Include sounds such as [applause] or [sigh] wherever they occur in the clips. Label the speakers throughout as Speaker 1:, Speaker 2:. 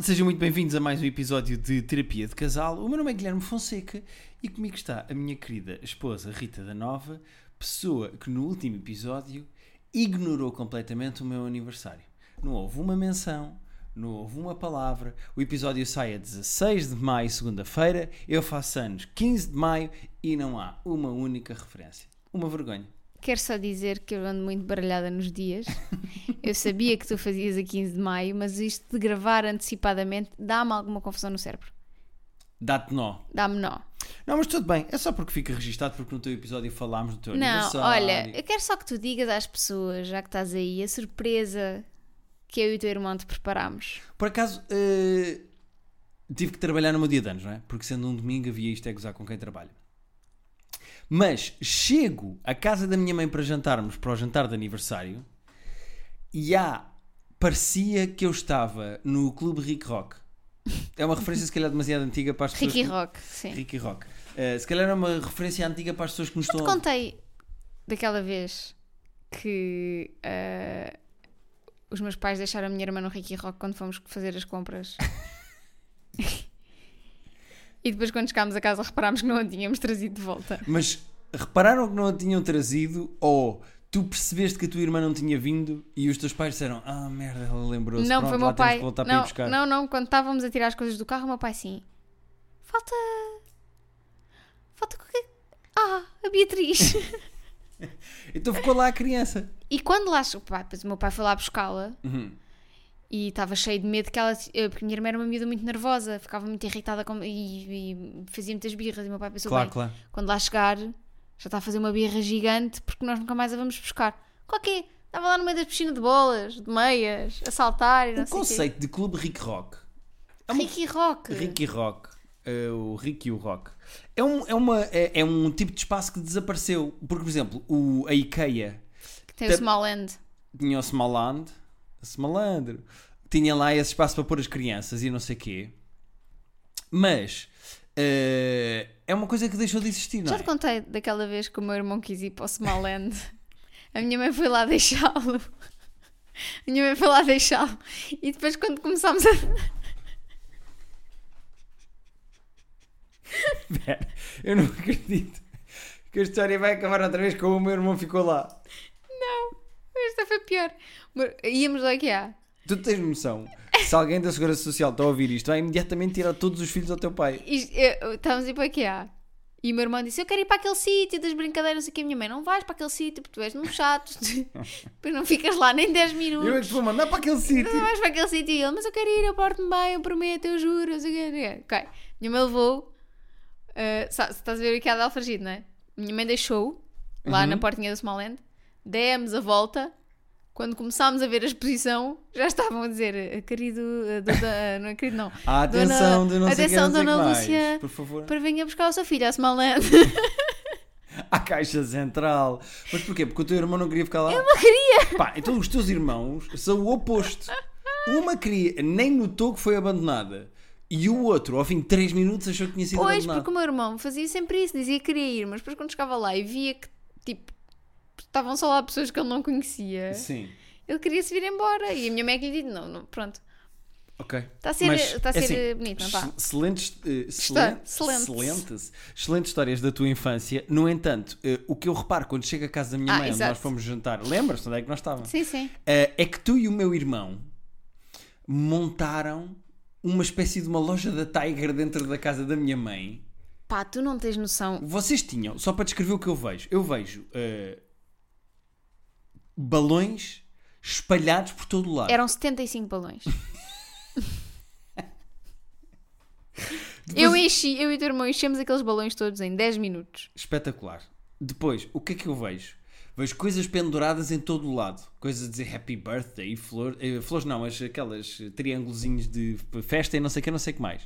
Speaker 1: Sejam muito bem-vindos a mais um episódio de Terapia de Casal. O meu nome é Guilherme Fonseca e comigo está a minha querida esposa Rita da Nova, pessoa que no último episódio ignorou completamente o meu aniversário. Não houve uma menção, não houve uma palavra. O episódio sai a 16 de maio, segunda-feira. Eu faço anos 15 de maio e não há uma única referência. Uma vergonha.
Speaker 2: Quero só dizer que eu ando muito baralhada nos dias. Eu sabia que tu fazias a 15 de maio, mas isto de gravar antecipadamente dá-me alguma confusão no cérebro.
Speaker 1: Dá-te nó.
Speaker 2: Dá-me nó.
Speaker 1: Não, mas tudo bem. É só porque fica registado porque no teu episódio falámos do teu
Speaker 2: Não,
Speaker 1: aniversário.
Speaker 2: olha, eu quero só que tu digas às pessoas, já que estás aí, a surpresa que eu e o teu irmão te preparámos.
Speaker 1: Por acaso, eh, tive que trabalhar no meu dia de anos, não é? Porque sendo um domingo havia isto a gozar com quem trabalha. Mas chego à casa da minha mãe para jantarmos para o jantar de aniversário e há. Parecia que eu estava no Clube Rick Rock. É uma referência, se calhar, demasiado antiga para as pessoas.
Speaker 2: Ricky
Speaker 1: que-
Speaker 2: Rock, sim.
Speaker 1: Ricky Rock. Eh, se calhar é uma referência antiga para as pessoas que nos
Speaker 2: Te
Speaker 1: estão a
Speaker 2: contei daquela vez que ah, os meus pais deixaram a minha irmã no Ricky Rock quando fomos fazer as
Speaker 1: [laughs]
Speaker 2: compras. e depois, quando chegámos a casa, reparámos que não a tínhamos trazido de volta.
Speaker 1: Mas repararam que não a tinham trazido ou tu percebeste que a tua irmã não tinha vindo e os teus pais disseram Ah, merda, ela lembrou-se.
Speaker 2: não,
Speaker 1: Pronto,
Speaker 2: foi o
Speaker 1: lá
Speaker 2: meu
Speaker 1: temos
Speaker 2: pai.
Speaker 1: que voltar para ir
Speaker 2: Não,
Speaker 1: buscar.
Speaker 2: não, não, quando estávamos a tirar as coisas do carro, o meu pai sim. Falta. Falta qualquer. Ah, a Beatriz!
Speaker 1: Então ficou lá a
Speaker 2: [laughs]
Speaker 1: criança.
Speaker 2: e quando lá. chegou- Pá, depois o meu pai foi lá buscá-la.
Speaker 1: Uhum.
Speaker 2: E estava cheio de medo que ela. eh, Porque a minha irmã era uma miúda muito nervosa, ficava muito irritada com- e, e fazia muitas birras. E o meu pai pensou:
Speaker 1: Claro,
Speaker 2: bem,
Speaker 1: claro.
Speaker 2: quando lá chegar, já está a fazer uma birra gigante porque nós nunca mais a vamos buscar. Qual que é? Estava lá no meio da piscina de bolas, de meias, a saltar e não
Speaker 1: O
Speaker 2: sei
Speaker 1: Um conceito é de clube Rick Rock,
Speaker 2: quê. Ricky Rock.
Speaker 1: Ricky Rock, eh, o Rick e o Rock, é um, é, uma, é, é um tipo de espaço que desapareceu. Porque, por exemplo, o, a IKEA
Speaker 2: que tem o
Speaker 1: Tam-
Speaker 2: Small End.
Speaker 1: tinha o Smaland, Smalandro, tinha lá esse espaço para pôr as crianças e não sei quê. Mas eh, é uma coisa que deixou de existir, não
Speaker 2: Já
Speaker 1: é?
Speaker 2: te contei daquela vez que o meu irmão quis ir para o Small End. A minha mãe foi lá deixá-lo. A minha mãe foi lá deixá-lo. E depois, quando começámos a. [laughs]
Speaker 1: Espera, eu não acredito que a história vai acabar outra vez como o meu irmão ficou lá.
Speaker 2: Não, esta foi pior. Mas Íamos ao IKEA.
Speaker 1: Tu tens noção? Se alguém da Segurança Social está a ouvir isto, vai imediatamente tirar todos os filhos ao teu pai.
Speaker 2: E, eh, estávamos a ir para o IKEA. E o meu irmão disse: Eu quero ir para aquele sítio das brincadeiras. Não sei o que. A minha mãe: Não vais para aquele sítio porque tu és um chato. [laughs] Depois não ficas lá nem 10 minutos.
Speaker 1: Eu é que te vou mandar para aquele sítio.
Speaker 2: Não vais para aquele sítio. E ele, mas eu quero ir, eu porto-me bem, eu prometo, eu juro, não sei o quê, não sei o quê. Ok. Minha mãe levou. Uh, sa- estás a ver o IKEA de Alfragide, não é? Minha mãe deixou lá
Speaker 1: Uhum.
Speaker 2: na portinha do Smallland. Demos a volta. Quando começámos a ver a exposição, já estavam a dizer, querido, eh, dona- não é querido não,
Speaker 1: Ah, atenção,
Speaker 2: Dona-
Speaker 1: de não sei quem,
Speaker 2: atenção,
Speaker 1: não sei
Speaker 2: Dona
Speaker 1: que mais.
Speaker 2: Lúcia.
Speaker 1: Por favor.
Speaker 2: para venha buscar o seu filho ao Smallland. [laughs]
Speaker 1: à Caixa Central. Mas porquê? Porque o teu irmão não queria ficar lá? Eu
Speaker 2: não
Speaker 1: queria! Pá, então os teus irmãos são o oposto. Uma queria, nem notou que foi abandonada. E o outro, ao fim de 3 minutos, achou que tinha sido
Speaker 2: Pois,
Speaker 1: abandonado.
Speaker 2: porque o meu irmão fazia sempre isso, dizia que queria ir, mas depois quando chegava lá e via que, tipo, estavam só lá pessoas que ele não conhecia,
Speaker 1: Sim.
Speaker 2: ele queria se vir embora. E a minha mãe é que lhe disse: não, não, pronto,
Speaker 1: Ok.
Speaker 2: está Tá a ser,
Speaker 1: Mas,
Speaker 2: está a ser
Speaker 1: assim,
Speaker 2: eh, bonito, não está?
Speaker 1: ex- Excelentes, eh,
Speaker 2: Está-
Speaker 1: excelentes,
Speaker 2: excelentes.
Speaker 1: excelentes, excelentes histórias da tua infância. No entanto, eh, o que eu reparo quando chego à casa da minha
Speaker 2: Ah,
Speaker 1: mãe, onde
Speaker 2: exato.
Speaker 1: nós fomos jantar, lembras-te onde é que nós estávamos?
Speaker 2: Sim, sim.
Speaker 1: Eh, é que tu e o meu irmão montaram uma espécie de uma loja da Tiger dentro da casa da minha mãe.
Speaker 2: Pá, tu não tens noção.
Speaker 1: Vocês tinham, só para descrever o que eu vejo, eu vejo eh, balões espalhados por todo o lado.
Speaker 2: Eram 75
Speaker 1: [laughs]
Speaker 2: balões. Eu enchi, eu e o teu irmão enchemos aqueles balões todos em 10 minutos.
Speaker 1: Espetacular. Depois, o que é que eu vejo? Vejo coisas penduradas em todo o lado. Coisas a dizer happy birthday e flor, eh, flores não, mas aquelas eh, triângulozinhos de f- festa e não sei o que, não sei o que mais.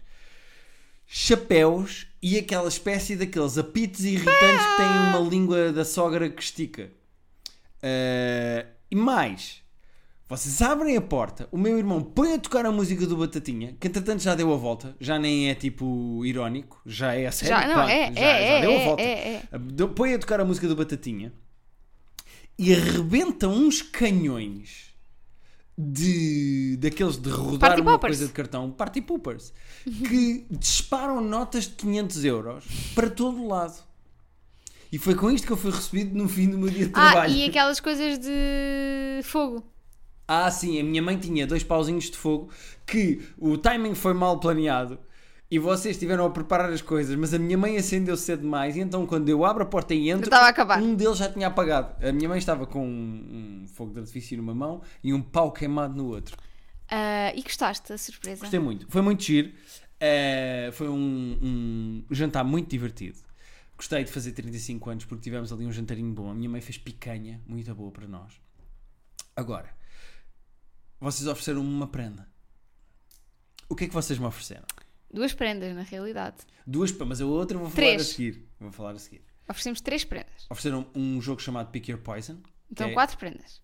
Speaker 1: Chapéus e aquela espécie daqueles apites irritantes que têm uma língua da sogra que estica. Eh, e mais, vocês abrem a porta, o meu irmão põe a tocar a música do Batatinha, que entretanto já deu a volta, já nem é tipo irónico, já é a sério.
Speaker 2: já, não,
Speaker 1: pronto,
Speaker 2: é,
Speaker 1: já,
Speaker 2: é,
Speaker 1: já
Speaker 2: é,
Speaker 1: deu a
Speaker 2: é,
Speaker 1: volta.
Speaker 2: é, é.
Speaker 1: Deu- Põe a tocar a música do Batatinha e arrebenta uns canhões de daqueles de rodar
Speaker 2: Party
Speaker 1: uma
Speaker 2: poppers.
Speaker 1: coisa de cartão, party poopers, que [laughs] disparam notas de 500 euros para todo o lado. E foi com isto que eu fui recebido no fim do meu dia de
Speaker 2: Ah,
Speaker 1: trabalho.
Speaker 2: e aquelas coisas de fogo.
Speaker 1: Ah, sim, a minha mãe tinha dois pauzinhos de fogo que o timing foi mal planeado e vocês estiveram a preparar as coisas, mas a minha mãe acendeu cedo demais e então quando eu abro a porta e entro,
Speaker 2: estava a acabar.
Speaker 1: um deles já tinha apagado. A minha mãe estava com um, um fogo de artifício numa mão e um pau queimado no outro.
Speaker 2: Ah, e gostaste da surpresa?
Speaker 1: Gostei muito, foi muito giro, Eh, foi um, um jantar muito divertido. Gostei de fazer 35 anos porque tivemos ali um jantarinho bom. A minha mãe fez picanha, muito boa para nós. Agora, vocês ofereceram-me uma prenda. O que é que vocês me ofereceram?
Speaker 2: Duas prendas, na realidade.
Speaker 1: Duas, pa- mas a outra eu vou falar
Speaker 2: Três.
Speaker 1: a seguir. Vou falar a seguir.
Speaker 2: Oferecemos três prendas.
Speaker 1: Ofereceram um jogo chamado Pick Your Poison. que
Speaker 2: Então,
Speaker 1: é-
Speaker 2: quatro prendas.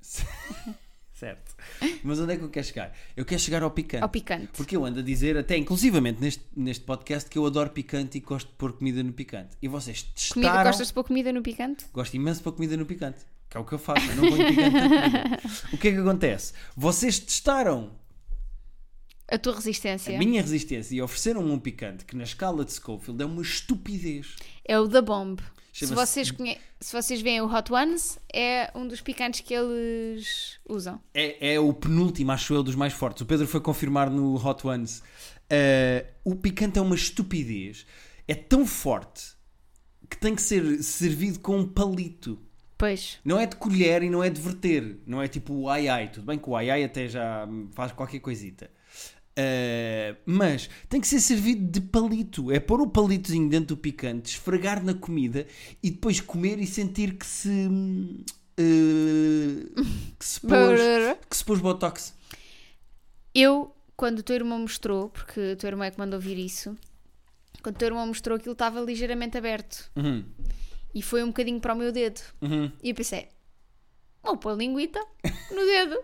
Speaker 1: Certo. Mas onde é que eu quero chegar? Eu quero chegar ao picante.
Speaker 2: Ao picante.
Speaker 1: Porque eu ando a dizer, até inclusivamente neste, neste podcast, que eu adoro picante e gosto de pôr comida no picante. E vocês testaram...
Speaker 2: Comida, gostas de pôr comida no picante?
Speaker 1: Gosto imenso de pôr comida no picante. Que é o que eu faço, eu não ponho picante na
Speaker 2: [laughs]
Speaker 1: comida. O que é que acontece? Vocês testaram
Speaker 2: A tua resistência
Speaker 1: a minha resistência e ofereceram-me um picante que na escala de Schofield é uma estupidez.
Speaker 2: é o da Bomb. Se
Speaker 1: Chama-se-
Speaker 2: vocês, conhe... Se vocês veem o Hot Ones, é um dos picantes que eles usam.
Speaker 1: É, é o penúltimo, acho eu, dos mais fortes. O Pedro foi confirmar no Hot Ones. Eh, o picante é uma estupidez. É tão forte que tem que ser servido com um palito.
Speaker 2: Pois.
Speaker 1: Não é de colher e não é de verter. Não é tipo o ai ai. Tudo bem que o ai ai até já faz qualquer coisita. Eh, mas tem que ser servido de palito. É pôr o palitozinho dentro do picante, esfregar na comida e depois comer e sentir que se. hum, eh, que se pôs que se pôs Botox.
Speaker 2: Eu, quando o teu irmão mostrou, porque o teu irmão é que mandou vir isso, quando o teu irmão mostrou aquilo estava ligeiramente aberto
Speaker 1: Uhum.
Speaker 2: e foi um bocadinho para o meu dedo.
Speaker 1: Uhum.
Speaker 2: E eu pensei, vou pôr linguita
Speaker 1: [laughs]
Speaker 2: no dedo.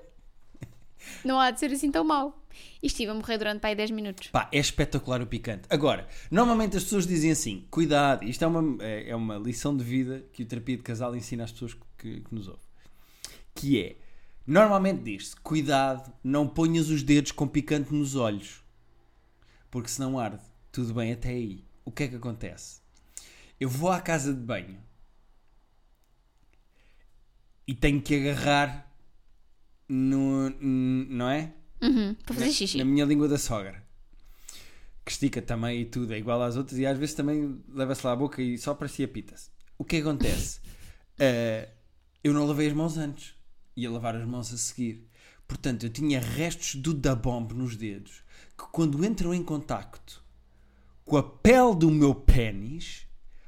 Speaker 2: Não há de ser assim tão mau. E estive a morrer durante pai 10 minutos.
Speaker 1: Pá, é espetacular o picante. Agora, normalmente as pessoas dizem assim: cuidado, isto é uma, é é uma lição de vida que o terapia de casal ensina às pessoas que, que nos ouvem. Que é, normalmente diz-se: cuidado, não ponhas os dedos com picante nos olhos, porque senão arde. Tudo bem até aí. O que é que acontece? Eu vou à casa de banho e tenho que agarrar no. não é?
Speaker 2: Uhum, para fazer xixi.
Speaker 1: na minha língua da sogra. Que estica também e tudo, é igual às outras, e às vezes também leva-se lá a boca e só para si apita-se. O que acontece? [laughs] Eh, eu não lavei as mãos antes, ia lavar as mãos a seguir. Portanto, eu tinha restos do da bomba nos dedos, que quando entram em contacto com a pele do meu pênis,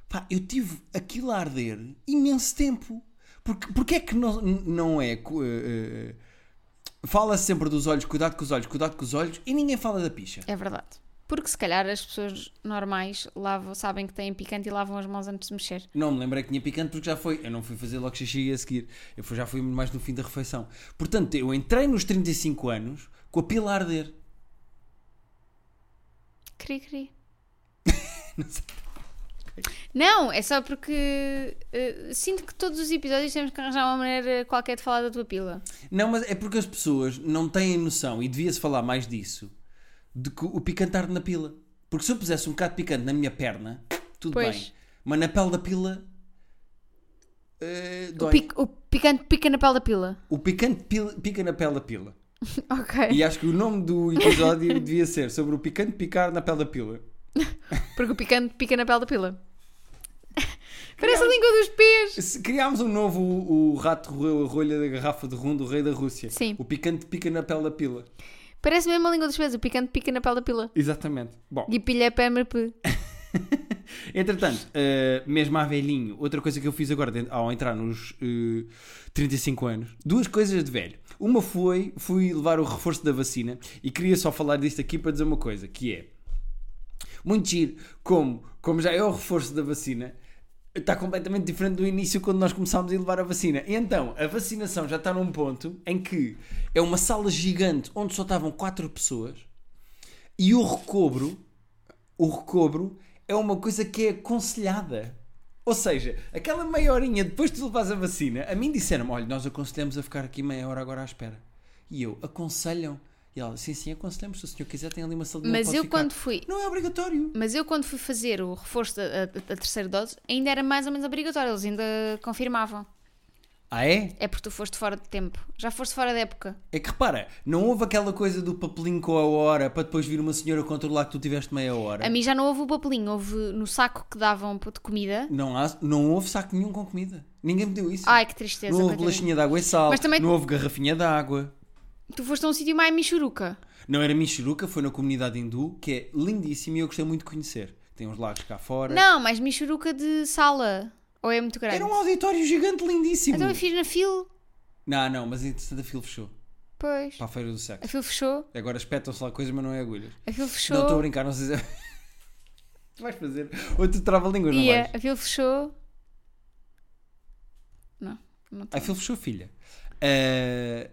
Speaker 1: pá, eu tive aquilo a arder imenso tempo. Porque, porque é que não, não é. co- eh, eh, Fala-se sempre dos olhos, cuidado com os olhos, cuidado com os olhos, e ninguém fala da picha.
Speaker 2: É verdade. Porque se calhar as pessoas normais lavam, sabem que têm picante e lavam as mãos antes de mexer.
Speaker 1: Não me lembrei que tinha picante porque já foi. Eu não fui fazer logo xixi a seguir. Eu fui- já fui mais no fim da refeição. Portanto, eu entrei nos 35 anos com a pila a arder. [laughs]
Speaker 2: Cri, cri. Não, é só porque eh, sinto que todos os episódios temos que arranjar uma maneira qualquer de falar da tua pila.
Speaker 1: Não, mas é porque as pessoas não têm noção, e devia-se falar mais disso, de que o picante arde na pila. Porque se eu pusesse um bocado de picante na minha perna, tudo
Speaker 2: Pois.
Speaker 1: bem. Mas na pele da pila. eh,
Speaker 2: O,
Speaker 1: dói.
Speaker 2: pic- o picante pica na pele
Speaker 1: [laughs]
Speaker 2: da pila.
Speaker 1: O picante pila- pica na pele da pila.
Speaker 2: Ok.
Speaker 1: E acho que o nome do episódio [laughs] devia ser sobre o picante picar na pele da pila.
Speaker 2: [laughs] Porque o picante pica na pele
Speaker 1: [laughs]
Speaker 2: da pila. Parece a língua dos pés.
Speaker 1: Se criámos um novo o, o rato roeu a rolha da garrafa de rum do rei da Rússia.
Speaker 2: Sim.
Speaker 1: O picante pica na pele da pila.
Speaker 2: Parece mesmo a língua dos pés. O picante pica na pele da pila.
Speaker 1: Exatamente. Bom,
Speaker 2: E
Speaker 1: [laughs]
Speaker 2: pilha PMP.
Speaker 1: entretanto, eh, mesmo a velhinho, outra coisa que eu fiz agora dentro- ao entrar nos eh, 35 anos, duas coisas de velho. Uma foi, fui levar o reforço da vacina e queria só falar disto aqui para dizer uma coisa, que é muito giro, como, como já é o reforço da vacina, está completamente diferente do início quando nós começámos a levar a vacina. E então, a vacinação já está num ponto em que é uma sala gigante onde só estavam quatro pessoas e o recobro, o recobro é uma coisa que é aconselhada. Ou seja, aquela meia horinha depois de tu levares a vacina, a mim disseram-me, olha, nós aconselhamos a ficar aqui meia hora agora à espera. E eu, aconselham? E ela, sim, sim, aconselhamos. Se o senhor quiser, tem ali uma salinha
Speaker 2: Mas
Speaker 1: pode
Speaker 2: eu
Speaker 1: ficar."
Speaker 2: quando fui.
Speaker 1: Não é obrigatório.
Speaker 2: Mas eu quando fui fazer o reforço da a, a terceira dose, ainda era mais ou menos obrigatório, eles ainda confirmavam.
Speaker 1: Ah, é?
Speaker 2: É porque tu foste fora de tempo. Já foste fora da época.
Speaker 1: É que repara, não houve aquela coisa do papelinho com a hora para depois vir uma senhora controlar que tu tiveste meia hora.
Speaker 2: A mim já não houve o papelinho, houve no saco que davam de comida.
Speaker 1: Não, há, não houve saco nenhum com comida. Ninguém me deu isso.
Speaker 2: Ai, que tristeza.
Speaker 1: não houve
Speaker 2: coitadinha.
Speaker 1: bolachinha de água e sal.
Speaker 2: Mas também-
Speaker 1: Não houve garrafinha de água.
Speaker 2: Tu foste a um sítio mais michuruca.
Speaker 1: Não era Michuruca, foi na comunidade hindu, que é lindíssima e eu gostei muito de conhecer. Tem uns lagos cá fora.
Speaker 2: Não, mais michuruca de sala. Ou é muito grande?
Speaker 1: Era um auditório gigante lindíssimo.
Speaker 2: Então eu fiz na fila.
Speaker 1: Não, não, mas entretanto a fila fechou.
Speaker 2: Pois.
Speaker 1: Para a feira do sexo.
Speaker 2: A fila fechou.
Speaker 1: Agora espetam-se lá coisas, mas não é agulhas.
Speaker 2: A
Speaker 1: Não,
Speaker 2: fila
Speaker 1: estou a
Speaker 2: fechou.
Speaker 1: brincar, não sei se... é- [laughs] tu vais fazer outro trava-línguas, não
Speaker 2: Ia,
Speaker 1: vais?
Speaker 2: a fila fechou. Não, não
Speaker 1: A fila fechou, filha. Ah,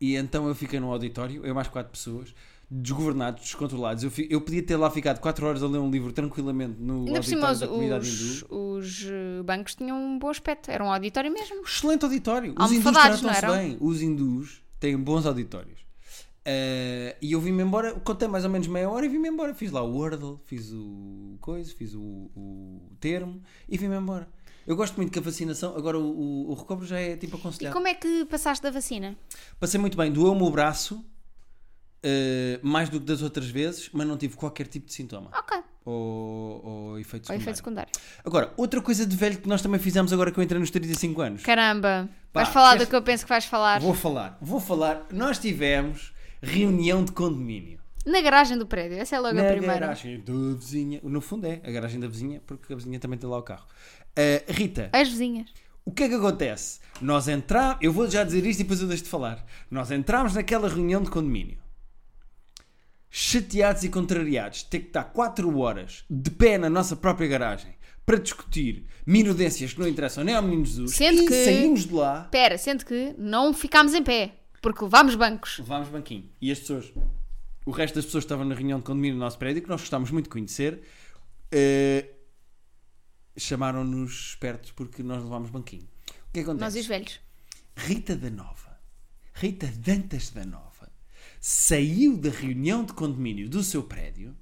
Speaker 1: e então eu fiquei num auditório, eu mais quatro pessoas, desgovernados, descontrolados. Eu, fi- eu podia ter lá ficado quatro horas a ler um livro tranquilamente no
Speaker 2: Ainda por
Speaker 1: auditório
Speaker 2: cima, os,
Speaker 1: da comunidade
Speaker 2: os,
Speaker 1: hindu.
Speaker 2: os, eh, bancos tinham um bom aspecto. Era um auditório mesmo.
Speaker 1: Excelente auditório. Os hindus
Speaker 2: Almofadados,
Speaker 1: tratam-se
Speaker 2: não eram?
Speaker 1: bem. Os hindus têm bons auditórios. Ah, e eu vim-me embora, contei mais ou menos meia hora e vim-me embora. Fiz lá o Wordle, fiz o coisa, fiz o, o termo e vim-me embora. Eu gosto muito que a vacinação, agora o, o, o recobro já é tipo
Speaker 2: E
Speaker 1: aconselhado.
Speaker 2: como é que passaste da vacina?
Speaker 1: Passei muito bem, doeu-me o braço, eh, mais do que das outras vezes, mas não tive qualquer tipo de sintoma
Speaker 2: Ok.
Speaker 1: ou, ou efeito
Speaker 2: Ou
Speaker 1: secundário.
Speaker 2: efeito secundário.
Speaker 1: Agora, outra coisa de velho que nós também fizemos agora que eu entrei nos 35 anos.
Speaker 2: Caramba.
Speaker 1: Pá,
Speaker 2: vais falar
Speaker 1: este-
Speaker 2: do que eu penso que vais falar.
Speaker 1: Vou falar, vou falar. Nós tivemos reunião de condomínio.
Speaker 2: Na garagem do prédio. Essa é logo a
Speaker 1: Na
Speaker 2: primeira.
Speaker 1: garagem da vizinha. No fundo é, a garagem da vizinha, porque a vizinha também tem lá o carro. Eh, Rita,
Speaker 2: As vizinhas.
Speaker 1: O que é que acontece? Nós entramos. Eu vou já dizer isto e depois eu deixo de falar. Nós entramos naquela reunião de condomínio. Chateados e contrariados, ter que estar 4 horas de pé na nossa própria garagem para discutir minudências que não interessam nem ao menino Jesus
Speaker 2: Sendo
Speaker 1: e
Speaker 2: que-
Speaker 1: saímos de lá.
Speaker 2: Pera, sendo que não ficámos em pé. Porque levámos bancos.
Speaker 1: Levámos banquinho. E as pessoas. O resto das pessoas que estavam na reunião de condomínio do nosso prédio, que nós gostámos muito de conhecer, eh, chamaram-nos espertos porque nós levámos banquinho. O que é que acontece?
Speaker 2: Nós e os velhos.
Speaker 1: Rita da Nova, Rita Dantas da Nova, saiu da reunião de condomínio do seu prédio,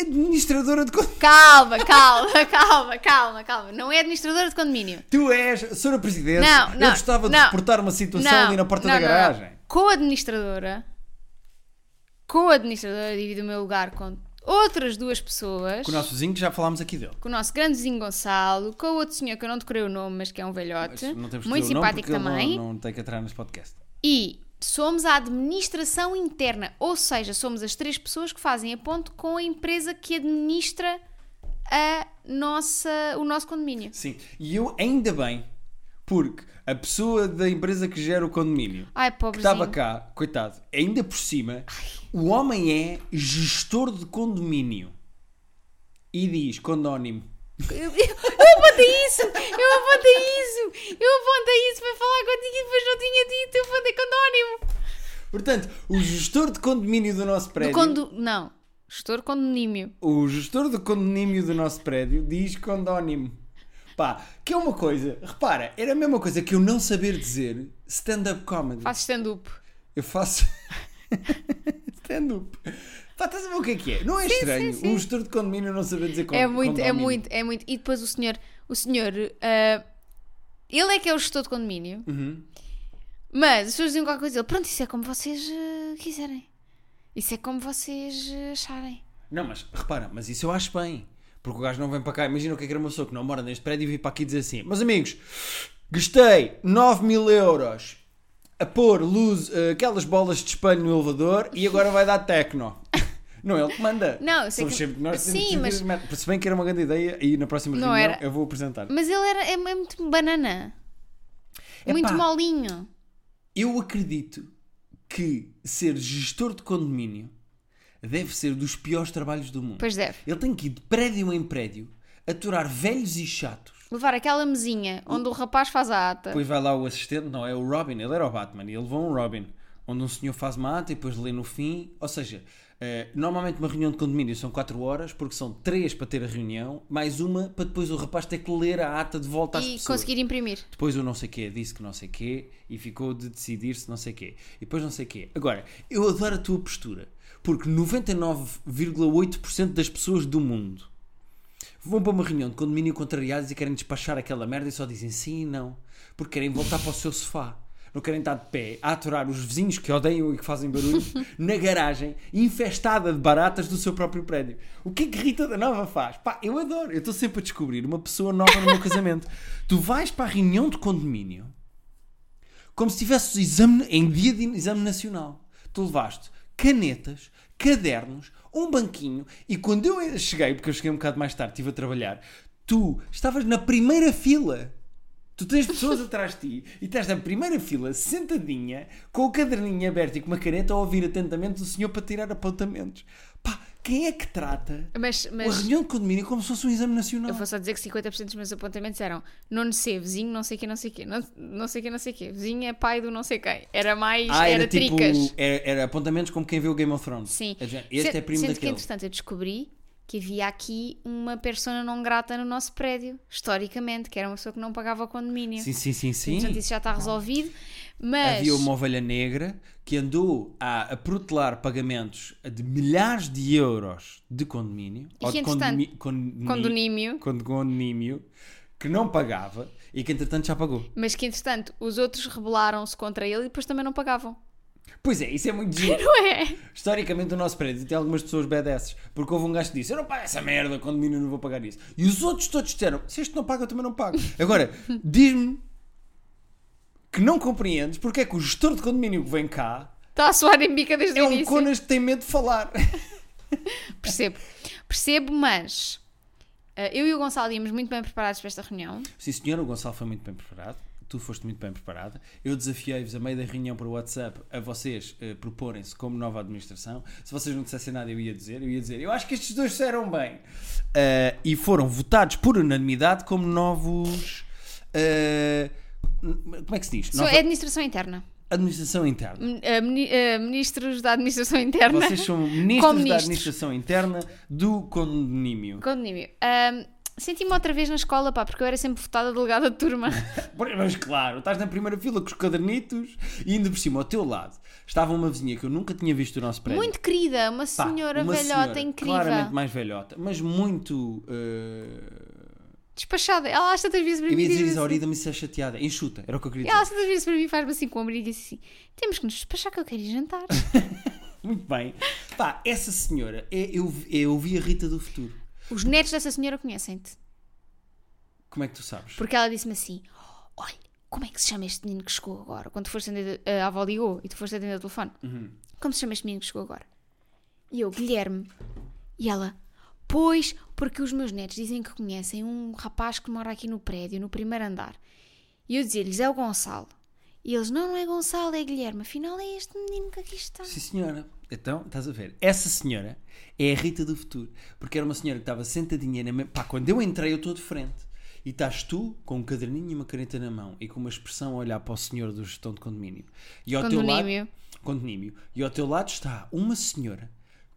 Speaker 1: administradora de condomínio.
Speaker 2: Calma, calma, [laughs] calma, calma, calma. Não é administradora de condomínio.
Speaker 1: Tu és, Sra. Presidente,
Speaker 2: Não,
Speaker 1: eu
Speaker 2: não,
Speaker 1: gostava de
Speaker 2: não.
Speaker 1: reportar uma situação
Speaker 2: Não,
Speaker 1: ali na porta
Speaker 2: não,
Speaker 1: da
Speaker 2: não,
Speaker 1: garagem.
Speaker 2: não. Com a administradora. Com a administradora, divido o meu lugar com outras duas pessoas.
Speaker 1: Com o nosso vizinho, que já falámos aqui dele.
Speaker 2: com o nosso grande vizinho Gonçalo, com o outro senhor que eu não decorei o nome, mas que é um velhote,
Speaker 1: Não temos que
Speaker 2: muito
Speaker 1: dizer o nome
Speaker 2: simpático
Speaker 1: porque ele
Speaker 2: também.
Speaker 1: Não, não tem que entrar neste podcast.
Speaker 2: E somos a administração interna, ou seja, somos as três pessoas que fazem a ponte com a empresa que administra a nossa, o nosso condomínio.
Speaker 1: Sim, e eu ainda bem, porque a pessoa da empresa que gera o condomínio
Speaker 2: Ai,
Speaker 1: que
Speaker 2: pobrezinho.
Speaker 1: estava cá, coitado, ainda por cima, o homem é gestor de condomínio e diz condónimo.
Speaker 2: Eu, eu, eu apontei isso! Eu apontei isso! Eu apontei isso para falar contigo e depois não tinha dito, eu apontei condónimo.
Speaker 1: Portanto, o gestor de condomínio do nosso
Speaker 2: Do
Speaker 1: prédio,
Speaker 2: condo... Não, gestor condomínio.
Speaker 1: o gestor de condomínio do nosso prédio diz condónimo. Pá, que é uma coisa, repara, era a mesma coisa que eu não saber dizer stand-up comedy.
Speaker 2: Faço stand-up.
Speaker 1: Eu faço [laughs] stand-up. Pá, estás a ver o que é que é? Não é estranho
Speaker 2: sim, sim.
Speaker 1: um gestor de condomínio não saber dizer con-
Speaker 2: É muito, é
Speaker 1: condónimo.
Speaker 2: muito, é muito. E depois o senhor, o senhor, ah, ele é que é o gestor de condomínio,
Speaker 1: Uhum.
Speaker 2: mas as pessoas diziam qualquer coisa, ele, pronto, isso é como vocês ah, quiserem. Isso é como vocês ah, acharem.
Speaker 1: Não, mas repara, mas isso eu acho bem. Porque o gajo não vem para cá. Imagina o que é que era uma pessoa que não mora neste prédio e vir para aqui dizer assim: Meus amigos, gastei 9 mil euros a pôr luz, eh, aquelas bolas de espelho no elevador e agora vai dar
Speaker 2: [laughs]
Speaker 1: tecno. Não, é ele que manda.
Speaker 2: Não, eu sei
Speaker 1: Somos
Speaker 2: que-
Speaker 1: sempre nós temos
Speaker 2: Sim,
Speaker 1: que decidir as merdas. Se bem que era uma grande ideia e na próxima
Speaker 2: Não
Speaker 1: reunião
Speaker 2: era.
Speaker 1: eu vou apresentar.
Speaker 2: Mas ele era, é, é muito banana.
Speaker 1: Epá.
Speaker 2: Muito molinho.
Speaker 1: Eu acredito que ser gestor de condomínio deve ser dos piores trabalhos do mundo.
Speaker 2: Pois deve.
Speaker 1: Ele tem que ir de prédio em prédio, aturar velhos e chatos.
Speaker 2: Levar aquela mesinha onde o rapaz faz a ata.
Speaker 1: Depois vai lá o assistente, não é o Robin, ele era o Batman e ele levou um Robin. onde um senhor faz uma ata e depois lê no fim. Ou seja, eh, normalmente uma reunião de condomínio são 4 horas, porque são 3 para ter a reunião, mais uma para depois o rapaz ter que ler a ata de volta às
Speaker 2: e
Speaker 1: pessoas.
Speaker 2: conseguir imprimir.
Speaker 1: Depois o não sei quê disse que não sei quê e ficou de decidir-se não sei quê. E depois não sei quê. Agora, eu adoro a tua postura, porque 99,8% das pessoas do mundo vão para uma reunião de condomínio contrariadas e querem despachar aquela merda e só dizem sim e não, porque querem voltar para o seu sofá. Não querem estar de pé a aturar os vizinhos que odeiam e que fazem barulho na garagem infestada de baratas do seu próprio prédio. O que é que Rita da Nova faz? Pá, eu adoro. Eu estou sempre a descobrir uma pessoa nova no meu casamento. Tu vais para a reunião de condomínio como se tivesses exame, em dia de exame nacional. Tu levaste canetas, cadernos, um banquinho e quando eu cheguei, porque eu cheguei um bocado mais tarde, estive a trabalhar, tu estavas na primeira fila. Tu tens
Speaker 2: [laughs]
Speaker 1: pessoas atrás de ti e estás na primeira fila, sentadinha, com o caderninho aberto e com uma caneta a ouvir atentamente o senhor para tirar apontamentos. Pá, quem é que trata
Speaker 2: Mas,
Speaker 1: a
Speaker 2: mas
Speaker 1: reunião de condomínio como se fosse um exame nacional?
Speaker 2: eu vou só dizer que 50% dos meus apontamentos eram não sei, vizinho, não sei quê, não sei quê, não, não sei quê, não sei quê, vizinho é pai do não sei quem. Era mais,
Speaker 1: Ah,
Speaker 2: era,
Speaker 1: era, tipo.
Speaker 2: tricas.
Speaker 1: Era, era apontamentos como quem vê o Game of Thrones.
Speaker 2: Sim.
Speaker 1: É do género, Este
Speaker 2: Se-
Speaker 1: é primo
Speaker 2: Sendo que,
Speaker 1: daquele.
Speaker 2: entretanto, eu descobri que havia aqui uma persona não grata no nosso prédio, historicamente, que era uma pessoa que não pagava o condomínio.
Speaker 1: Sim, sim, sim, sim.
Speaker 2: Portanto, isso já está resolvido. Mas
Speaker 1: Havia uma ovelha negra que andou a, a protelar pagamentos de milhares de euros de condomínio.
Speaker 2: E
Speaker 1: ou
Speaker 2: que,
Speaker 1: de
Speaker 2: entretanto,
Speaker 1: condomi- condomi-
Speaker 2: condomínio,
Speaker 1: condo- condomínio que não pagava e que entretanto já pagou.
Speaker 2: mas que entretanto os outros rebelaram-se contra ele e depois também não pagavam. [laughs]
Speaker 1: Pois é, isso é muito giro.
Speaker 2: Não é?
Speaker 1: Historicamente, o nosso prédio tem algumas pessoas badasses, porque houve um gajo que disse: Eu não pago essa merda, condomínio, não vou pagar isso. E os outros todos disseram: Se este não paga, eu também não pago. Agora, diz-me que não compreendes porque é que o gestor de condomínio que vem cá
Speaker 2: Está a soar em bica desde
Speaker 1: é
Speaker 2: o
Speaker 1: um
Speaker 2: início.
Speaker 1: conas que tem medo de falar.
Speaker 2: Percebo. Percebo, mas eh, eu e o Gonçalo íamos muito bem preparados para esta reunião.
Speaker 1: [laughs] Sim, senhor, o Gonçalo foi muito bem preparado. Tu foste muito bem preparada. Eu desafiei-vos a meio da reunião para o WhatsApp a vocês eh, proporem-se como nova administração. Se vocês não dissessem nada, eu ia dizer. Eu ia dizer, eu acho que estes dois disseram bem. Ah, e foram votados por unanimidade como novos. ah, n- como é que se diz?
Speaker 2: Sou
Speaker 1: Nova
Speaker 2: é administração interna.
Speaker 1: administração interna.
Speaker 2: Min- eh, mini- eh, ministros da administração interna.
Speaker 1: Vocês
Speaker 2: [laughs]
Speaker 1: são ministros,
Speaker 2: Como
Speaker 1: da
Speaker 2: ministros.
Speaker 1: administração interna do condomínio.
Speaker 2: Condomínio. Ahm, Senti-me outra vez na escola, pá, porque eu era sempre votada delegada de
Speaker 1: [laughs]
Speaker 2: turma.
Speaker 1: Mas claro, estás na primeira fila com os cadernitos e ainda por cima, ao teu lado, estava uma vizinha que eu nunca tinha visto no nosso prédio.
Speaker 2: Muito querida, uma
Speaker 1: Pá,
Speaker 2: senhora
Speaker 1: uma
Speaker 2: velhota
Speaker 1: senhora
Speaker 2: incrível.
Speaker 1: Claramente mais velhota, mas muito. eh,
Speaker 2: Despachada. Ela às tantas vezes para
Speaker 1: eu
Speaker 2: mim
Speaker 1: ia dizer
Speaker 2: diz
Speaker 1: exaurida, mas isso é chateada. Enxuta, era o que eu queria dizer.
Speaker 2: Ela às tantas vezes para mim faz-me assim com o ombro e diz assim: temos que nos despachar que eu quero
Speaker 1: [laughs]
Speaker 2: ir jantar.
Speaker 1: Muito bem. Pá, essa senhora, é, eu, eu vi a Rita do futuro.
Speaker 2: Os netos dessa senhora conhecem-te.
Speaker 1: Como é que tu sabes?
Speaker 2: Porque ela disse-me assim: Olha, como é que se chama este menino que chegou agora? Quando tu foste atender, a avó ligou e tu foste atender o telefone.
Speaker 1: Uhum.
Speaker 2: Como se chama este menino que chegou agora? E eu, Guilherme. E ela, pois, porque os meus netos dizem que conhecem um rapaz que mora aqui no prédio, no primeiro andar. E eu dizia-lhes: É o Gonçalo. E eles, não, não é Gonçalo, é Guilherme. Afinal, é este menino que aqui está.
Speaker 1: Sim, senhora. Então, estás a ver? Essa senhora é a Rita do futuro. Porque era uma senhora que estava sentadinha na mesa. Pá, quando eu entrei, eu estou de frente. E estás tu com um caderninho e uma caneta na mão e com uma expressão a olhar para o senhor do gestão de condomínio. E ao Teu
Speaker 2: Condomínio.
Speaker 1: lado, condomínio. E ao teu lado está uma senhora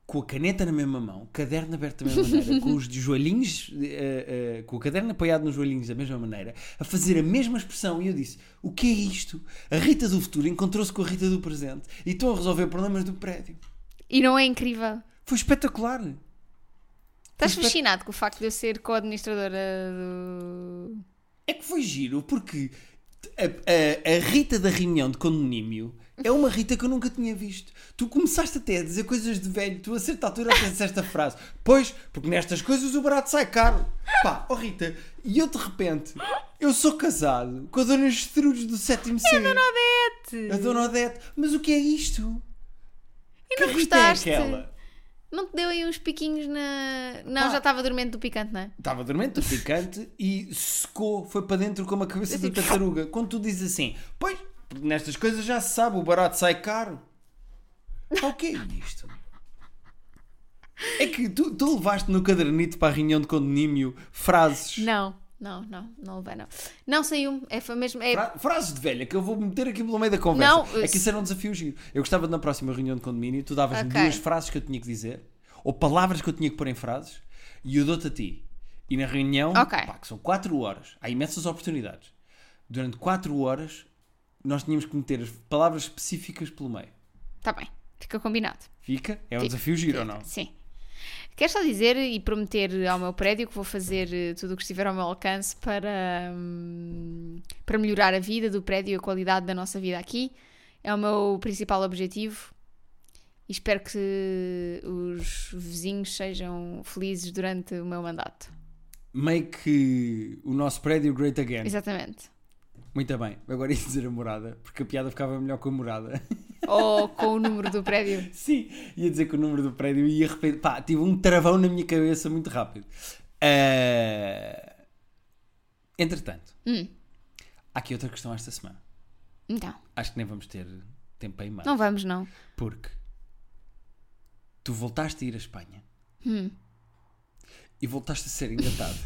Speaker 1: com a caneta na mesma mão, caderno aberto da mesma maneira, com os joelhinhos, eh, eh, com o caderno apoiado nos joelhinhos da mesma maneira, a fazer a mesma expressão. E eu disse: O que é isto? A Rita do futuro encontrou-se com a Rita do presente e estão a resolver problemas do prédio.
Speaker 2: E não é incrível?
Speaker 1: Foi espetacular.
Speaker 2: Estás
Speaker 1: Mas para-
Speaker 2: fascinado com o facto de eu ser co-administradora do.
Speaker 1: É que foi giro, porque a, a- a Rita da reunião de condomínio é uma Rita que eu nunca tinha visto. Tu começaste até a dizer coisas de velho, tu a certa altura até disseste esta frase. Pois, porque nestas coisas o barato sai caro. Pá, ó Rita, e eu de repente, eu sou casado com a Dona Gestrudes do sétimo C.
Speaker 2: É Odete!
Speaker 1: A Dona Odete. Mas o que é isto? que
Speaker 2: não
Speaker 1: Rita
Speaker 2: gostaste?
Speaker 1: é aquela?
Speaker 2: Não te deu aí uns piquinhos na. Não,
Speaker 1: Pá.
Speaker 2: já estava dormente do picante, não é?
Speaker 1: Estava dormente, picante, e secou, foi para dentro como a cabeça da
Speaker 2: Assim,
Speaker 1: tartaruga. Quando tu dizes assim, pois, porque nestas coisas já se sabe, o barato sai caro. Pá, o que é isto? É que tu, tu levaste no cadernito para a reunião de condomínio frases
Speaker 2: Não. Não, não, não levei, não. Não saiu, é, foi mesmo. É,
Speaker 1: Fra- frases de velha que eu vou meter aqui pelo meio da conversa.
Speaker 2: Não,
Speaker 1: é que isso era um desafio giro. Eu gostava de, na próxima reunião de condomínio, tu davas-me
Speaker 2: Ok.
Speaker 1: duas frases que eu tinha que dizer, ou palavras que eu tinha que pôr em frases, e eu dou-te a ti. E na reunião,
Speaker 2: Ok.
Speaker 1: pá, que são 4 horas, há imensas oportunidades. Durante 4 horas, nós tínhamos que meter as palavras específicas pelo meio.
Speaker 2: Tá bem, fica combinado.
Speaker 1: Fica? É um
Speaker 2: Fica,
Speaker 1: desafio giro ou não?
Speaker 2: Sim. Quero só dizer e prometer ao meu prédio que vou fazer eh, tudo o que estiver ao meu alcance para, hum, para melhorar a vida do prédio e a qualidade da nossa vida aqui. É o meu principal objetivo e espero que os vizinhos sejam felizes durante o meu mandato.
Speaker 1: Meio que o nosso prédio Great Again.
Speaker 2: Exatamente.
Speaker 1: Muito bem, agora ia dizer a morada, porque a piada ficava melhor com a morada.
Speaker 2: Ou com o número do prédio.
Speaker 1: Sim, ia dizer que o número do prédio e de repente, pá, tive um travão na minha cabeça muito rápido. Ah, Entretanto,
Speaker 2: Hum,
Speaker 1: há aqui outra questão esta semana.
Speaker 2: então,
Speaker 1: Acho que nem vamos ter tempo aí mais.
Speaker 2: não vamos não.
Speaker 1: Porque tu voltaste a ir à Espanha
Speaker 2: Hum.
Speaker 1: e voltaste a ser
Speaker 2: [laughs]
Speaker 1: engatado.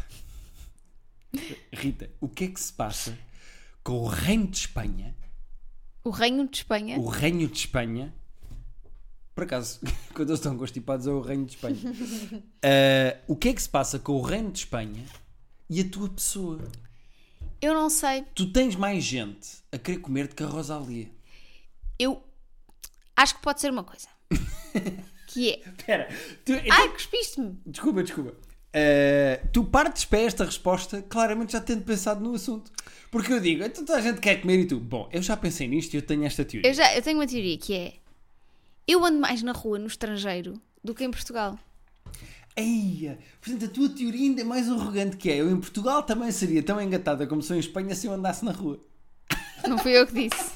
Speaker 1: Rita, o que é que se passa com o reino de Espanha,
Speaker 2: O reino de Espanha.
Speaker 1: o reino de Espanha? Por acaso, [laughs] quando eles estão constipados é o reino de
Speaker 2: [laughs]
Speaker 1: Espanha. Ah, o que é que se passa com o reino de Espanha e a tua pessoa?
Speaker 2: Eu não sei.
Speaker 1: Tu tens mais gente a querer comer-te que a Rosalia.
Speaker 2: Eu acho que pode ser uma coisa. que é.
Speaker 1: Espera, tu- então,
Speaker 2: Ai, cuspiste-me!
Speaker 1: Desculpa, desculpa. Uh, tu partes para esta resposta, claramente já tendo pensado no assunto. Porque eu digo, então toda a gente quer comer e tu, bom, eu já pensei nisto e eu tenho esta teoria.
Speaker 2: Eu, já, eu tenho uma teoria que é. Eu ando mais na rua no estrangeiro do que em Portugal.
Speaker 1: Eia, portanto a tua teoria ainda é mais arrogante que é. Eu em Portugal também seria tão engatada como sou em Espanha se eu andasse na rua.
Speaker 2: Não fui eu que disse.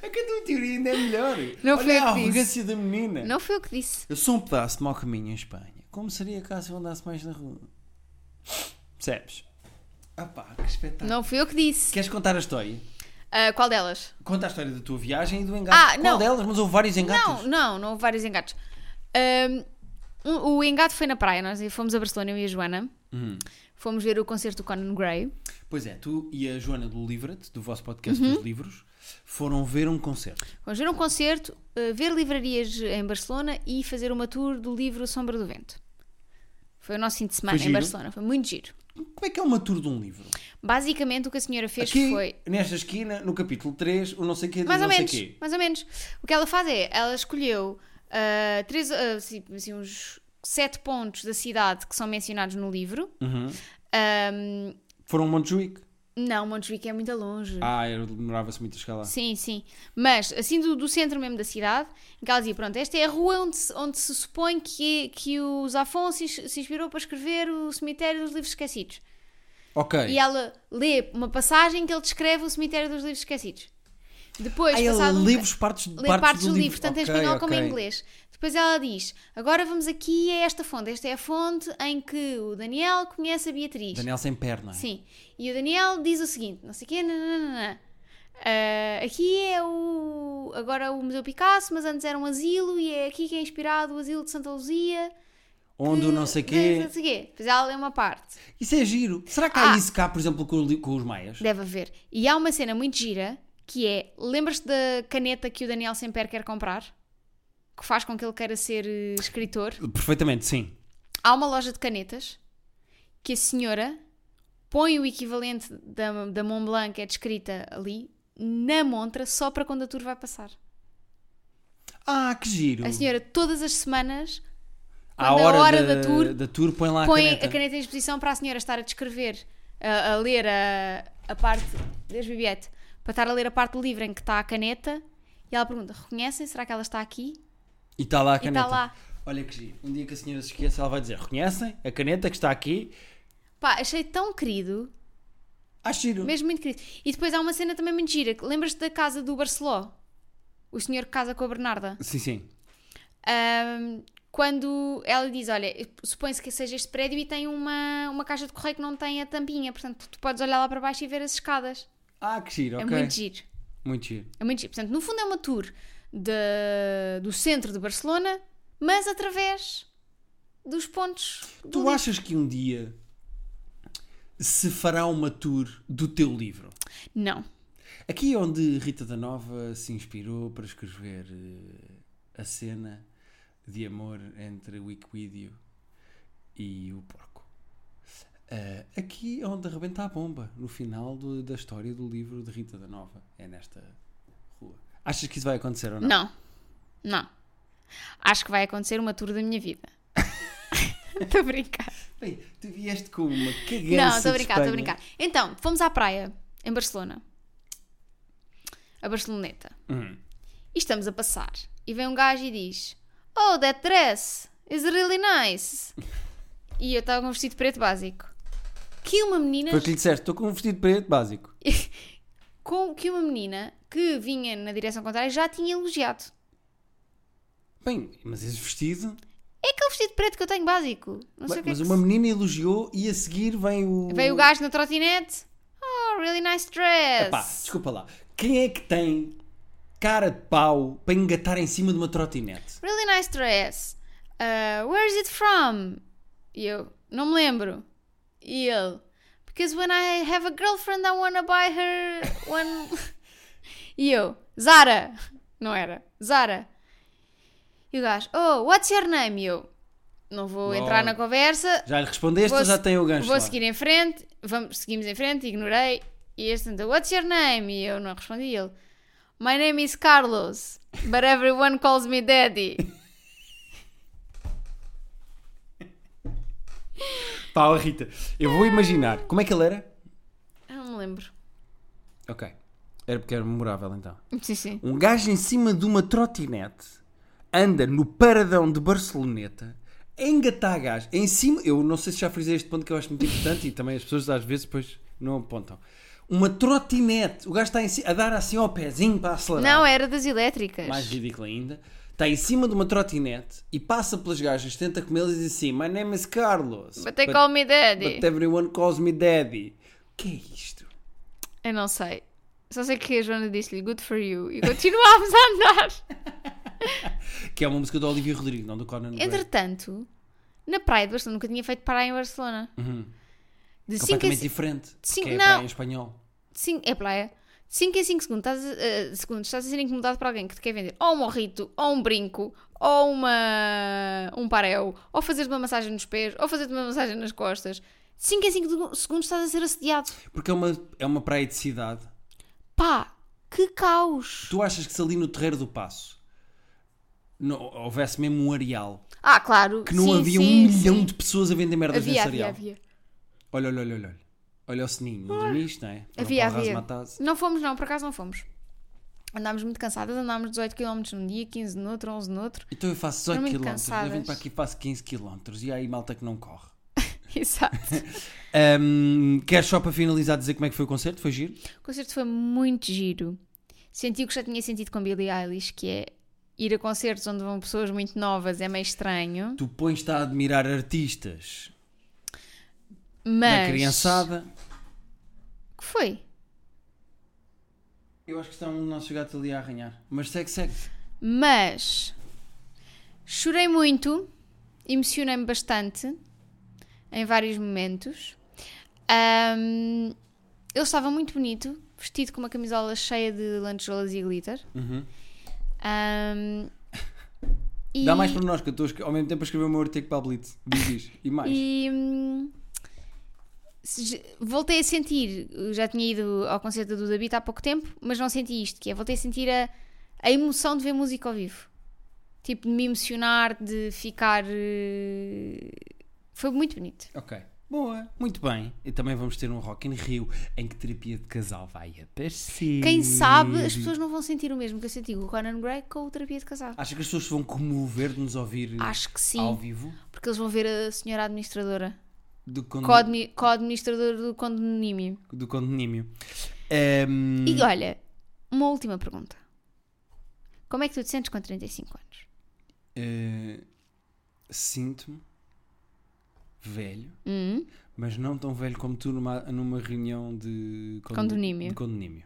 Speaker 1: É que a tua teoria ainda é melhor.
Speaker 2: Não
Speaker 1: Olha
Speaker 2: fui eu
Speaker 1: a
Speaker 2: que disse.
Speaker 1: arrogância da menina.
Speaker 2: Não fui eu que disse.
Speaker 1: Eu sou um pedaço de mau caminho em Espanha. Como seria caso eu andasse mais na rua? Percebes? Ah pá, que espetáculo.
Speaker 2: Não fui eu que disse.
Speaker 1: Queres contar a história?
Speaker 2: Ah, qual delas?
Speaker 1: Conta a história da tua viagem e do engate.
Speaker 2: Ah,
Speaker 1: Qual
Speaker 2: não.
Speaker 1: delas? Mas houve vários engates.
Speaker 2: Não, não, não houve vários engates. Ahm, um- o engate foi na praia, nós fomos a Barcelona, eu e a Joana. Fomos ver o concerto do Conan Gray.
Speaker 1: Pois é, tu e a Joana do Livra-te, do vosso podcast
Speaker 2: Uhum.
Speaker 1: dos livros, foram ver um concerto.
Speaker 2: Vamos ver um concerto, eh, ver livrarias em Barcelona e fazer uma tour do livro Sombra do Vento. Foi o nosso fim de semana
Speaker 1: Foi
Speaker 2: em
Speaker 1: giro.
Speaker 2: Barcelona, foi muito giro.
Speaker 1: Como é que é uma tour de um livro?
Speaker 2: Basicamente o que a senhora fez
Speaker 1: Aqui,
Speaker 2: foi.
Speaker 1: nesta esquina, no capítulo 3, o não sei quê do
Speaker 2: Mais ou
Speaker 1: não
Speaker 2: menos,
Speaker 1: sei quê.
Speaker 2: mais ou menos. O que ela faz é, ela escolheu ah, três, ah, assim, assim, uns sete pontos da cidade que são mencionados no livro.
Speaker 1: Uhum.
Speaker 2: Ahm,
Speaker 1: Foram a Montjuic.
Speaker 2: não, Montjuic é muito longe.
Speaker 1: Ah, eu demorava-se muito a chegar lá.
Speaker 2: Sim, sim. Mas, assim, do, do centro mesmo da cidade, em que ela dizia, pronto, esta é a rua onde se, onde se supõe que, que os Afonso se, ins- se inspirou para escrever o cemitério dos livros esquecidos.
Speaker 1: Ok.
Speaker 2: E ela lê uma passagem que ele descreve o cemitério dos livros esquecidos. Depois,
Speaker 1: ah, ele
Speaker 2: passado um-
Speaker 1: lê os partes,
Speaker 2: lê
Speaker 1: partes,
Speaker 2: partes
Speaker 1: do, livro,
Speaker 2: tanto em
Speaker 1: Ok,
Speaker 2: espanhol como em
Speaker 1: ok.
Speaker 2: inglês. Depois ela diz, agora vamos aqui a esta fonte. Esta é a fonte em que o Daniel conhece a Beatriz.
Speaker 1: Daniel sem perna.
Speaker 2: Sim. E o Daniel diz o seguinte: não sei o quê, nananana. Ah, aqui é o. Agora o Museu Picasso, mas antes era um asilo e é aqui que é inspirado o asilo de Santa Luzia.
Speaker 1: Onde o não sei quê.
Speaker 2: Não sei quê. Pois ela lê uma parte.
Speaker 1: Isso é giro. Será que há
Speaker 2: assim- Ah.
Speaker 1: isso cá, por exemplo, com, o li- com os maias?
Speaker 2: Deve haver. E há uma cena muito gira que é: lembras-te da caneta que o Daniel Semper quer comprar? Que faz com que ele queira ser eh, escritor?
Speaker 1: Perfeitamente, sim.
Speaker 2: Há uma loja de canetas que a senhora põe o equivalente da, da Mont Blanc, que é descrita ali, na montra, só para quando a tour vai passar.
Speaker 1: Ah, que giro.
Speaker 2: A senhora, todas as semanas,
Speaker 1: à
Speaker 2: quando
Speaker 1: hora,
Speaker 2: a hora
Speaker 1: da,
Speaker 2: da, tour,
Speaker 1: da tour põe lá
Speaker 2: põe
Speaker 1: a caneta.
Speaker 2: a caneta em exposição para a senhora estar a descrever, a, a ler a, a parte. Deus Bibiette, para estar a ler a parte do livro em que está a caneta. E ela pergunta: reconhecem? Será que ela está aqui?
Speaker 1: E está lá a
Speaker 2: E
Speaker 1: caneta.
Speaker 2: está lá.
Speaker 1: Olha que giro. Um dia que a senhora se esqueça, ela vai dizer: Reconhecem a caneta que está aqui?
Speaker 2: Pá, achei tão querido.
Speaker 1: Acho Ah, giro.
Speaker 2: Mesmo muito querido. E depois há uma cena também muito gira. que- Lembras-te da casa do Barceló? O senhor que casa com a Bernarda.
Speaker 1: Sim, sim.
Speaker 2: Ahm, quando ela diz, olha, supõe-se que seja este prédio e tem uma, uma caixa de correio que não tem a tampinha. Portanto, tu podes olhar lá para baixo e ver as escadas.
Speaker 1: Ah, que giro,
Speaker 2: É
Speaker 1: ok.
Speaker 2: muito giro.
Speaker 1: Muito giro.
Speaker 2: É muito giro. Portanto, no fundo é uma tour de- do centro de Barcelona, mas através dos pontos. do
Speaker 1: Tu
Speaker 2: livro.
Speaker 1: achas que um dia se fará uma tour do teu livro?
Speaker 2: Não.
Speaker 1: Aqui é onde Rita da Nova se inspirou para escrever eh, a cena de amor entre o Equídeo e o porco. Eh, aqui é onde arrebenta a bomba, no final do- da história do livro de Rita da Nova. É nesta rua. Achas que isso vai acontecer ou não?
Speaker 2: Não. Não. Acho que vai acontecer uma tour da minha vida. [laughs] Estou a brincar.
Speaker 1: Bem, tu vieste com uma cagança
Speaker 2: Não, estou
Speaker 1: de
Speaker 2: a brincar, estou a
Speaker 1: Espanha.
Speaker 2: brincar. Então, fomos à praia, em Barcelona. A Barceloneta.
Speaker 1: Uhum.
Speaker 2: E estamos a passar. E vem um gajo e diz: Oh, that dress is really nice. E eu estava com um vestido preto básico. Que uma menina.
Speaker 1: Foi o que lhe disseste, estou com um vestido preto básico.
Speaker 2: Com, que uma menina que vinha na direção contrária já tinha elogiado.
Speaker 1: Bem, mas esse vestido...
Speaker 2: É aquele vestido preto que eu tenho básico. Não sei
Speaker 1: Bem,
Speaker 2: o que
Speaker 1: mas
Speaker 2: é que
Speaker 1: uma menina elogiou e a seguir vem o...
Speaker 2: se- Veio o gajo na trotinete. Oh, really nice dress.
Speaker 1: Epá, desculpa lá. Quem é que tem cara de pau para engatar em cima de uma trotinete?
Speaker 2: Really nice dress. Uh, where is it from? E eu, não me lembro. E ele, because when I have a girlfriend, I wanna buy her one. [laughs] e eu, Zara. Não era, Zara. E o gajo, oh, what's your name? E eu, não vou
Speaker 1: Logo.
Speaker 2: entrar na conversa.
Speaker 1: Já lhe respondeste
Speaker 2: Vou
Speaker 1: ou já
Speaker 2: se-
Speaker 1: tem o gancho é?
Speaker 2: Vou
Speaker 1: lá?
Speaker 2: seguir em frente. Vamos, seguimos em frente, ignorei. E este então, what's your name? E eu não respondi. E ele, my name is Carlos, but everyone calls me daddy.
Speaker 1: Pá, ó, Rita, eu vou imaginar. Como é que ele era?
Speaker 2: Eu não me lembro.
Speaker 1: Ok. Era porque era memorável então.
Speaker 2: Sim, sim.
Speaker 1: Um gajo em cima de uma trotinete anda no paradão de Barceloneta a engatar gás em cima. Eu não sei se já frisei este ponto que eu acho muito importante e também as pessoas às vezes depois não apontam. Uma trotinete, o gajo está em ci- a dar assim ao pezinho para acelerar.
Speaker 2: Não, era das elétricas.
Speaker 1: mais ridículo ainda, está em cima de uma trotinete e passa pelas gajas, tenta comê-las e diz assim: My name is Carlos.
Speaker 2: But they call me daddy.
Speaker 1: but everyone calls me Daddy. O que é isto?
Speaker 2: Eu não sei. Só sei que a Joana disse-lhe good for you e continuámos a andar.
Speaker 1: Que é uma música do Olivia Rodrigo, não do Conan Gray.
Speaker 2: Entretanto, na praia de Barcelona, nunca tinha feito praia em Barcelona. De 5
Speaker 1: Uhum. Completamente
Speaker 2: a
Speaker 1: diferente.
Speaker 2: Sim,
Speaker 1: que é
Speaker 2: não.
Speaker 1: praia em espanhol.
Speaker 2: 5. É praia. De 5 em 5 segundos estás, a- a- segundos estás a ser incomodado por alguém que te quer vender ou um morrito, ou um brinco, ou uma, um parel, ou fazer-te uma massagem nos pés, ou fazer-te uma massagem nas costas. De 5 em 5 segundos estás a ser assediado.
Speaker 1: Porque é uma, é uma praia de cidade.
Speaker 2: Pá, que caos!
Speaker 1: Tu achas que se ali no Terreiro do Passo não, houvesse mesmo um areal
Speaker 2: Ah, claro.
Speaker 1: que não
Speaker 2: sim,
Speaker 1: havia
Speaker 2: sim,
Speaker 1: um milhão
Speaker 2: sim.
Speaker 1: de pessoas a vender merdas
Speaker 2: Havia,
Speaker 1: nesse
Speaker 2: havia,
Speaker 1: areal?
Speaker 2: havia. Ah.
Speaker 1: Olha, olha, olha, olha. olha. Olha o sininho, não dormiste, não é? Era um
Speaker 2: Havia,
Speaker 1: pau raso
Speaker 2: havia.
Speaker 1: matado.
Speaker 2: Não fomos, não, por acaso não fomos. Andámos muito cansadas, andámos 18 km num dia, 15 no outro, 11 no outro. [laughs]
Speaker 1: Então eu faço
Speaker 2: Estou
Speaker 1: 18
Speaker 2: muito
Speaker 1: km, eu vim
Speaker 2: cansadas.
Speaker 1: para aqui e faço 15 km e há aí malta que não corre.
Speaker 2: Exato.
Speaker 1: Ahm, queres só para finalizar dizer como é que foi o concerto? Foi giro?
Speaker 2: o concerto foi muito giro. Senti o que já tinha sentido com Billie Eilish, que é ir a concertos onde vão pessoas muito novas é meio estranho.
Speaker 1: Tu pões-te a admirar artistas
Speaker 2: Mas.
Speaker 1: da criançada.
Speaker 2: O que foi?
Speaker 1: Eu acho que estão o nosso gato ali a arranhar. Mas segue, segue.
Speaker 2: Mas chorei muito, emocionei-me bastante em vários momentos. Ahm, ele estava muito bonito, vestido com uma camisola cheia de lantejoulas e glitter.
Speaker 1: Uhum.
Speaker 2: Ahm, e,
Speaker 1: Dá mais para nós que eu estou a escre- ao mesmo tempo a escrever o meu artigo para a Blitz. Diz, diz. E mais.
Speaker 2: E hum, se j- voltei a sentir, eu já tinha ido ao concerto do David há pouco tempo, mas não senti isto, que é voltei a sentir a, a emoção de ver música ao vivo. Tipo, de me emocionar, de ficar. eh, Foi muito bonito.
Speaker 1: Ok. Boa. Muito bem. E também vamos ter um Rock in Rio em que terapia de casal vai aparecer.
Speaker 2: Quem sabe as pessoas não vão sentir o mesmo que eu senti com o Conan Gray com o terapia de casal.
Speaker 1: Acha que as pessoas se vão comover de nos ouvir
Speaker 2: Acho que sim,
Speaker 1: Ah, ao vivo?
Speaker 2: porque eles vão ver a senhora administradora,
Speaker 1: Do condo-
Speaker 2: co-admi- co-administrador do condomínio.
Speaker 1: do condomínio. Ahm,
Speaker 2: E olha, uma última pergunta. Como é que tu te sentes com 35 anos?
Speaker 1: eh, Sinto-me velho,
Speaker 2: Hum?
Speaker 1: mas não tão velho como tu numa, numa reunião de, condo-
Speaker 2: Condomínio.
Speaker 1: de condomínio.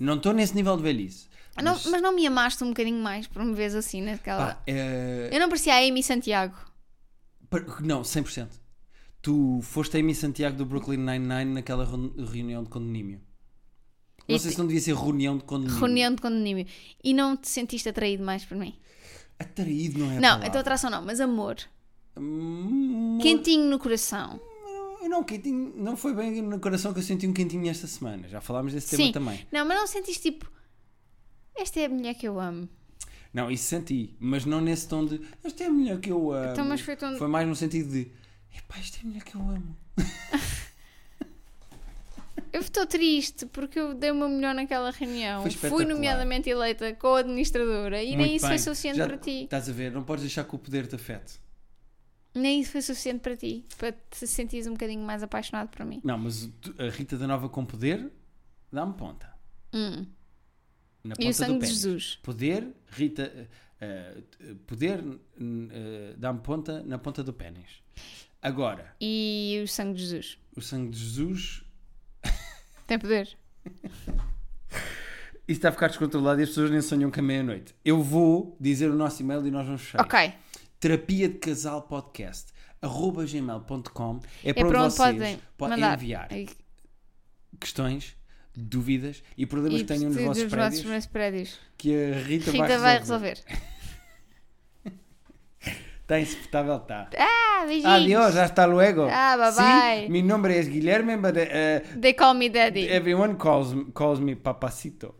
Speaker 1: Não estou nesse nível de velhice.
Speaker 2: Ah, Não- mas não me amaste um bocadinho mais por me veres assim naquela.
Speaker 1: pá, eh,
Speaker 2: Eu não parecia a Amy Santiago.
Speaker 1: Par- Não, 100%. Tu foste a Amy Santiago do Brooklyn Nine-Nine naquela reun- reunião de condomínio. Não
Speaker 2: E
Speaker 1: sei
Speaker 2: te-
Speaker 1: se não devia ser reunião de condomínio.
Speaker 2: Reunião de condomínio. E não te sentiste atraído mais por mim?
Speaker 1: Atraído não é a
Speaker 2: não,
Speaker 1: palavra.
Speaker 2: então atração não, mas amor.
Speaker 1: Hum,
Speaker 2: Quentinho no coração.
Speaker 1: Eu não, quentinho, não foi bem no coração que eu senti um quentinho esta semana. Já falámos desse tema
Speaker 2: Sim.
Speaker 1: também.
Speaker 2: Não, mas não sentiste tipo. Esta é a mulher que eu amo.
Speaker 1: Não, isso senti, mas não nesse tom de esta é a mulher que eu amo.
Speaker 2: Então, mas foi tom de-
Speaker 1: mais no sentido de epá, esta é a mulher que eu amo.
Speaker 2: Eu estou triste porque eu dei uma melhor naquela reunião.
Speaker 1: Foi
Speaker 2: Fui
Speaker 1: espetacular.
Speaker 2: nomeadamente eleita com a administradora e nem
Speaker 1: Muito
Speaker 2: isso foi
Speaker 1: bem.
Speaker 2: suficiente
Speaker 1: Já
Speaker 2: para ti.
Speaker 1: Estás a ver, não podes deixar que o poder te afete.
Speaker 2: Nem isso foi suficiente para ti. Para te sentires um bocadinho mais apaixonado por mim.
Speaker 1: Não, mas o- tu- a Rita da Nova com poder dá-me ponta.
Speaker 2: Hum.
Speaker 1: Na ponta
Speaker 2: E o sangue
Speaker 1: do
Speaker 2: de
Speaker 1: pé.
Speaker 2: Jesus.
Speaker 1: Poder, Rita. eh, eh, eh, poder n- eh, dá-me ponta na ponta do pênis. Agora,
Speaker 2: E o sangue de Jesus.
Speaker 1: o sangue de Jesus
Speaker 2: Tem poder?
Speaker 1: Isso está a ficar descontrolado e as pessoas nem sonham com a meia-noite. Eu vou dizer o nosso e-mail e nós vamos fechar.
Speaker 2: Ok.
Speaker 1: Terapia de Casal Podcast arroba gmail.com é
Speaker 2: É
Speaker 1: para
Speaker 2: para
Speaker 1: onde
Speaker 2: onde
Speaker 1: vocês
Speaker 2: podem
Speaker 1: podem
Speaker 2: mandar.
Speaker 1: enviar
Speaker 2: E-
Speaker 1: questões, dúvidas e problemas
Speaker 2: e
Speaker 1: que tenham nos
Speaker 2: dos
Speaker 1: vossos
Speaker 2: vossos
Speaker 1: prédios
Speaker 2: meus prédios.
Speaker 1: que a Rita,
Speaker 2: Rita vai resolver.
Speaker 1: Está Tá insuportável, está.
Speaker 2: Ah, beijinhos.
Speaker 1: Adiós, hasta luego.
Speaker 2: Ah, bye
Speaker 1: Sí,
Speaker 2: bye.
Speaker 1: Mi nombre es Guilherme, é but eh,
Speaker 2: They call me daddy.
Speaker 1: everyone calls, calls me papacito.